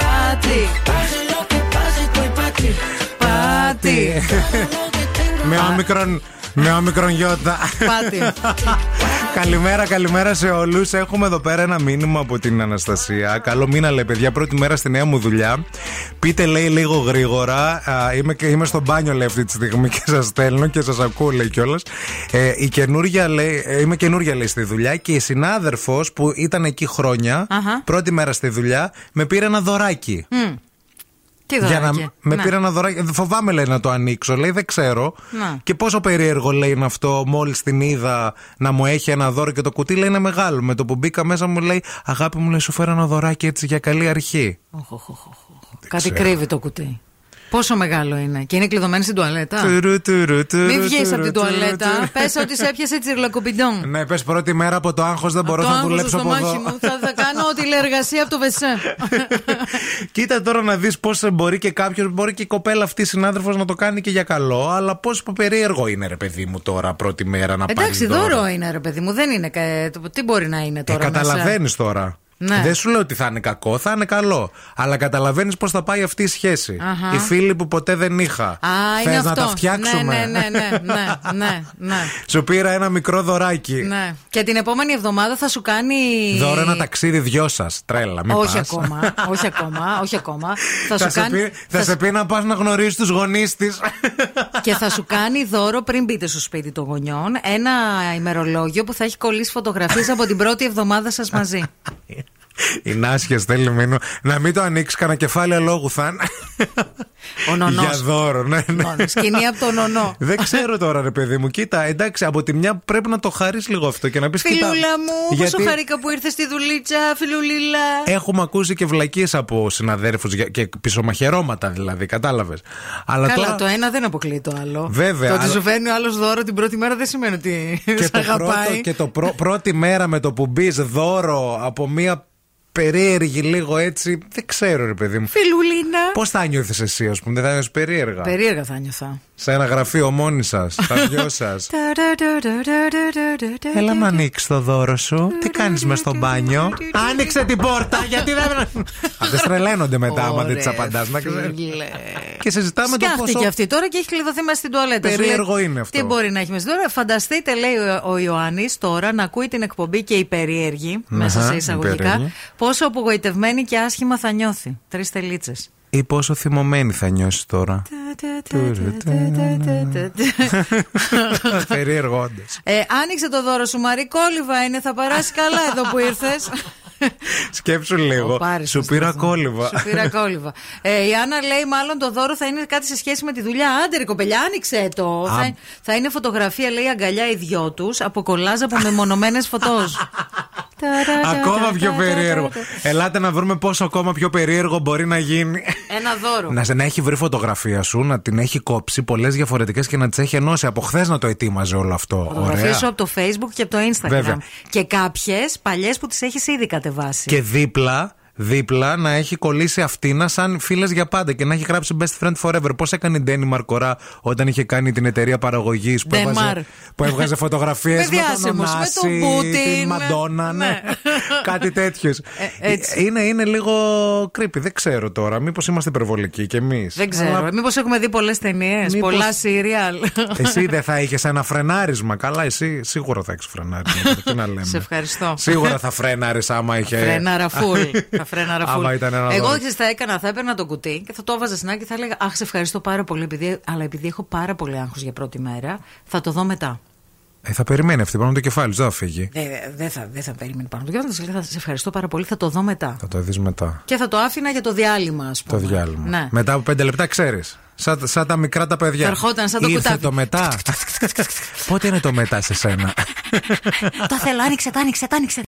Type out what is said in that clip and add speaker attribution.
Speaker 1: Pati. Pase lo que pase, estoy Pati. Pati.
Speaker 2: Με όμικρον. Με όμικρον γιώτα.
Speaker 1: Πάτη.
Speaker 2: καλημέρα, καλημέρα σε όλους. Έχουμε εδώ πέρα ένα μήνυμα από την Αναστασία. Καλό μήνα, λέει παιδιά. Πρώτη μέρα στη νέα μου δουλειά. Πείτε, λέει, λίγο γρήγορα. Α, είμαι, και- είμαι στο μπάνιο, λέει, αυτή τη στιγμή και σας στέλνω και σας ακούω, λέει κιόλας. Ε, η καινούργια, λέει, ε, είμαι καινούργια, λέει, στη δουλειά και η συνάδελφος που ήταν εκεί χρόνια,
Speaker 1: Αχα.
Speaker 2: πρώτη μέρα στη δουλειά, με πήρε ένα δωράκι.
Speaker 1: Τι
Speaker 2: Για να
Speaker 1: δωράκι.
Speaker 2: με
Speaker 1: Ναι.
Speaker 2: πήρε ένα δωράκι. Φοβάμαι λέει να το ανοίξω, λέει δεν ξέρω.
Speaker 1: Να.
Speaker 2: Και πόσο περίεργο λέει είναι αυτό, μόλις την είδα να μου έχει ένα δώρο και το κουτί λέει είναι μεγάλο. Με το που μπήκα μέσα μου λέει Αγάπη μου, λέει σου φέρα ένα δωράκι έτσι για καλή αρχή.
Speaker 1: Οχ, οχ, οχ, οχ. Κάτι
Speaker 2: ξέρω.
Speaker 1: κρύβει το κουτί. Πόσο μεγάλο είναι. Και είναι κλειδωμένη στην τουαλέτα.
Speaker 2: Τουρου, τουρου, τουρου,
Speaker 1: Μην βγεις
Speaker 2: τουρου,
Speaker 1: από την
Speaker 2: τουρου,
Speaker 1: τουαλέτα.
Speaker 2: τουρου.
Speaker 1: Πες ότι σε έπιασε τσιρλοκοπιντόν.
Speaker 2: Ναι, πες πρώτη μέρα από το άγχος δεν μπορώ
Speaker 1: το
Speaker 2: να
Speaker 1: άγχος
Speaker 2: δουλέψω
Speaker 1: στο
Speaker 2: από
Speaker 1: μάχη
Speaker 2: εδώ.
Speaker 1: μου. Θα, θα κάνω τηλεεργασία από το Βεσέ.
Speaker 2: Κοίτα τώρα να δεις πώς μπορεί και κάποιος, μπορεί και η κοπέλα αυτή συνάδελφος να το κάνει και για καλό, αλλά πόσο περίεργο είναι ρε παιδί μου τώρα πρώτη μέρα να πάρει.
Speaker 1: Εντάξει, δώρο είναι ρε παιδί μου. Δεν είναι. κα- το- Τι μπορεί να είναι
Speaker 2: Ε,
Speaker 1: τώρα. μέσα.
Speaker 2: καταλαβαίνεις τώρα.
Speaker 1: Ναι.
Speaker 2: Δεν σου λέω ότι θα είναι κακό, θα είναι καλό. Αλλά καταλαβαίνεις πώς θα πάει αυτή η σχέση.
Speaker 1: Αχα.
Speaker 2: Οι φίλοι που ποτέ δεν είχα.
Speaker 1: Α,
Speaker 2: Θες
Speaker 1: είναι
Speaker 2: να
Speaker 1: αυτό.
Speaker 2: τα φτιάξουμε.
Speaker 1: Ναι, ναι, ναι, ναι, ναι, ναι.
Speaker 2: σου πήρα ένα μικρό δωράκι.
Speaker 1: Ναι. Και την επόμενη εβδομάδα θα σου κάνει.
Speaker 2: Δώρο ένα ταξίδι δυο σας. Τρέλα, μην
Speaker 1: Όχι
Speaker 2: πας.
Speaker 1: ακόμα, όχι ακόμα, όχι ακόμα. Θα,
Speaker 2: θα,
Speaker 1: σου
Speaker 2: σε
Speaker 1: κάνει.
Speaker 2: πει, θα
Speaker 1: θα
Speaker 2: σε πει να πας να γνωρίσεις τους γονείς της.
Speaker 1: Και θα σου κάνει δώρο πριν μπείτε στο σπίτι των γονιών ένα ημερολόγιο που θα έχει κολλήσει φωτογραφίες από την πρώτη εβδομάδα σας μαζί.
Speaker 2: Η Νάσια στέλνει μήνυμα. Να μην το ανοίξεις κανένα κεφάλαιο λόγου θα είναι.
Speaker 1: Ο νονός.
Speaker 2: Για δώρο, ναι, ναι.
Speaker 1: Λοιπόν, Σκηνή από τον ονό.
Speaker 2: Δεν ξέρω τώρα, ρε παιδί μου. Κοίτα, εντάξει, από τη μια πρέπει να το χαρείς λίγο αυτό και να πεις κοίτα.
Speaker 1: Φιλούλα μου,
Speaker 2: γιατί Ε,
Speaker 1: πόσο χαρήκα που ήρθες στη δουλίτσα, φιλουλίλα.
Speaker 2: Έχουμε ακούσει και βλακίες από συναδέρφους και πισωμαχαιρώματα δηλαδή, κατάλαβες. Αλλά
Speaker 1: Καλά,
Speaker 2: τώρα.
Speaker 1: το ένα δεν αποκλείει το άλλο.
Speaker 2: Βέβαια,
Speaker 1: Το ότι
Speaker 2: αλλά-
Speaker 1: σου φέρνει ο άλλος δώρο την πρώτη μέρα δεν σημαίνει ότι
Speaker 2: και
Speaker 1: σε
Speaker 2: το,
Speaker 1: αγαπάει.
Speaker 2: πρώτο, και το πρω- πρώτη μέρα με το που μπεις δώρο από μία περίεργη λίγο έτσι. Δεν ξέρω, ρε παιδί μου.
Speaker 1: Φιλουλίνα.
Speaker 2: Πώς θα νιώθεις εσύ, ας πούμε, δεν θα νιώθεις περίεργα.
Speaker 1: Περίεργα θα νιώθα.
Speaker 2: Σε ένα γραφείο μόνοι σα, τα δυο σα. Έλα να ανοίξει το δώρο σου. Τι κάνει με στο μπάνιο. Άνοιξε την πόρτα, γιατί δεν. Αυτέ τρελαίνονται μετά, άμα δεν τι απαντά. Και συζητάμε το
Speaker 1: Σκιάχτηκε
Speaker 2: πόσο
Speaker 1: αυτή τώρα και έχει κλειδωθεί μέσα στην τουαλέτα. Σου λέει,
Speaker 2: Περίεργο είναι αυτό.
Speaker 1: Τι μπορεί να έχει μέσα τώρα. Φανταστείτε, λέει ο- ο Ιωάννη τώρα, να ακούει την εκπομπή και η περίεργη, μέσα
Speaker 2: Αχα,
Speaker 1: σε
Speaker 2: η
Speaker 1: εισαγωγικά,
Speaker 2: περίεργη.
Speaker 1: πόσο απογοητευμένη και άσχημα θα νιώθει. Τρει τελίτσε.
Speaker 2: ή πόσο θυμωμένη θα νιώσει τώρα. Περίεργο, όντω.
Speaker 1: Ε, άνοιξε το δώρο σου, Μαρή. Κόλληβα είναι, θα παράσει καλά εδώ που ήρθες.
Speaker 2: Σκέψου λίγο. Σου πήρα κόλληβα.
Speaker 1: Σου πήρα κόλληβα. Ε, η Άννα λέει: Μάλλον το δώρο θα είναι κάτι σε σχέση με τη δουλειά. Άντε, ρε κοπελιά, άνοιξε το.
Speaker 2: Α.
Speaker 1: Θα, θα είναι φωτογραφία, λέει, αγκαλιά οι δυο του από κολλάζ από μεμονωμένες φωτός.
Speaker 2: Ακόμα πιο περίεργο. Ελάτε να βρούμε πόσο ακόμα πιο περίεργο μπορεί να γίνει.
Speaker 1: Ένα δώρο.
Speaker 2: Να, σε- να έχει βρει φωτογραφία σου, να την έχει κόψει πολλές διαφορετικές και να τις έχει ενώσει. Από χθες να το ετοίμαζε όλο αυτό.
Speaker 1: Φωτογραφίες
Speaker 2: Ωραία.
Speaker 1: σου από το Facebook και από το Instagram.
Speaker 2: Βέβαια.
Speaker 1: Και κάποιες παλιές που τις έχεις ήδη κατεβάσει.
Speaker 2: Και δίπλα, δίπλα να έχει κολλήσει αυτήνα σαν φίλες για πάντα και να έχει γράψει Best Friend Forever. Πώς έκανε η Ντένι Μαρκορά όταν είχε κάνει την εταιρεία παραγωγής που,
Speaker 1: Ντεμάρ.
Speaker 2: έβγαζε- που έβγαζε φωτογραφίες
Speaker 1: Με
Speaker 2: με, τον
Speaker 1: διάσημους, με
Speaker 2: Ωνάση,
Speaker 1: τον Πούτιν.
Speaker 2: την Μαντόνα, ναι.
Speaker 1: Ναι.
Speaker 2: κάτι τέτοιος.
Speaker 1: Ε, έτσι.
Speaker 2: είναι, είναι λίγο creepy, δεν ξέρω τώρα. Μήπως είμαστε υπερβολικοί κι εμείς.
Speaker 1: Δεν ξέρω. Μήπως έχουμε δει πολλές ταινίες,
Speaker 2: Μήπως-
Speaker 1: πολλά serial.
Speaker 2: Ε, Εσύ δεν θα είχες ένα φρενάρισμα. Καλά, εσύ σίγουρα θα έχεις φρενάρισμα. τώρα, Τι να λέμε.
Speaker 1: Σε ευχαριστώ.
Speaker 2: Σίγουρα θα φρέναρες άμα είχε.
Speaker 1: Φρέναρα φουλ. Τα φρέναρα φουλ.
Speaker 2: Ε, Άμα ήταν ένα
Speaker 1: Εγώ
Speaker 2: δώρο.
Speaker 1: ξέρεις, θα έκανα, θα έπαιρνα το κουτί και θα το έβαζα στην άκρη και θα έλεγα Αχ, σε ευχαριστώ πάρα πολύ, επειδή, αλλά επειδή έχω πάρα πολύ άγχος για πρώτη μέρα, θα το δω μετά.
Speaker 2: Ε, θα περιμένει αυτή πάνω από το κεφάλι, σου, δεν θα φύγει.
Speaker 1: Δεν δεν θα, δεν θα περίμενε πάνω του. Και θα έλεγα, σε ευχαριστώ πάρα πολύ, θα το δω μετά.
Speaker 2: Θα το δεις μετά.
Speaker 1: Και θα το άφηνα για το διάλειμμα, ας
Speaker 2: Το
Speaker 1: πούμε.
Speaker 2: διάλειμμα.
Speaker 1: Ναι.
Speaker 2: Μετά από πέντε λεπτά ξέρεις. Σαν, σαν τα μικρά τα παιδιά.
Speaker 1: Θα ερχόταν σαν το
Speaker 2: Ήρθε
Speaker 1: κουτάκι.
Speaker 2: το μετά. Πότε είναι το μετά σε σένα.
Speaker 1: το θέλω, άνοιξε, το άνοιξε, το άνοιξε.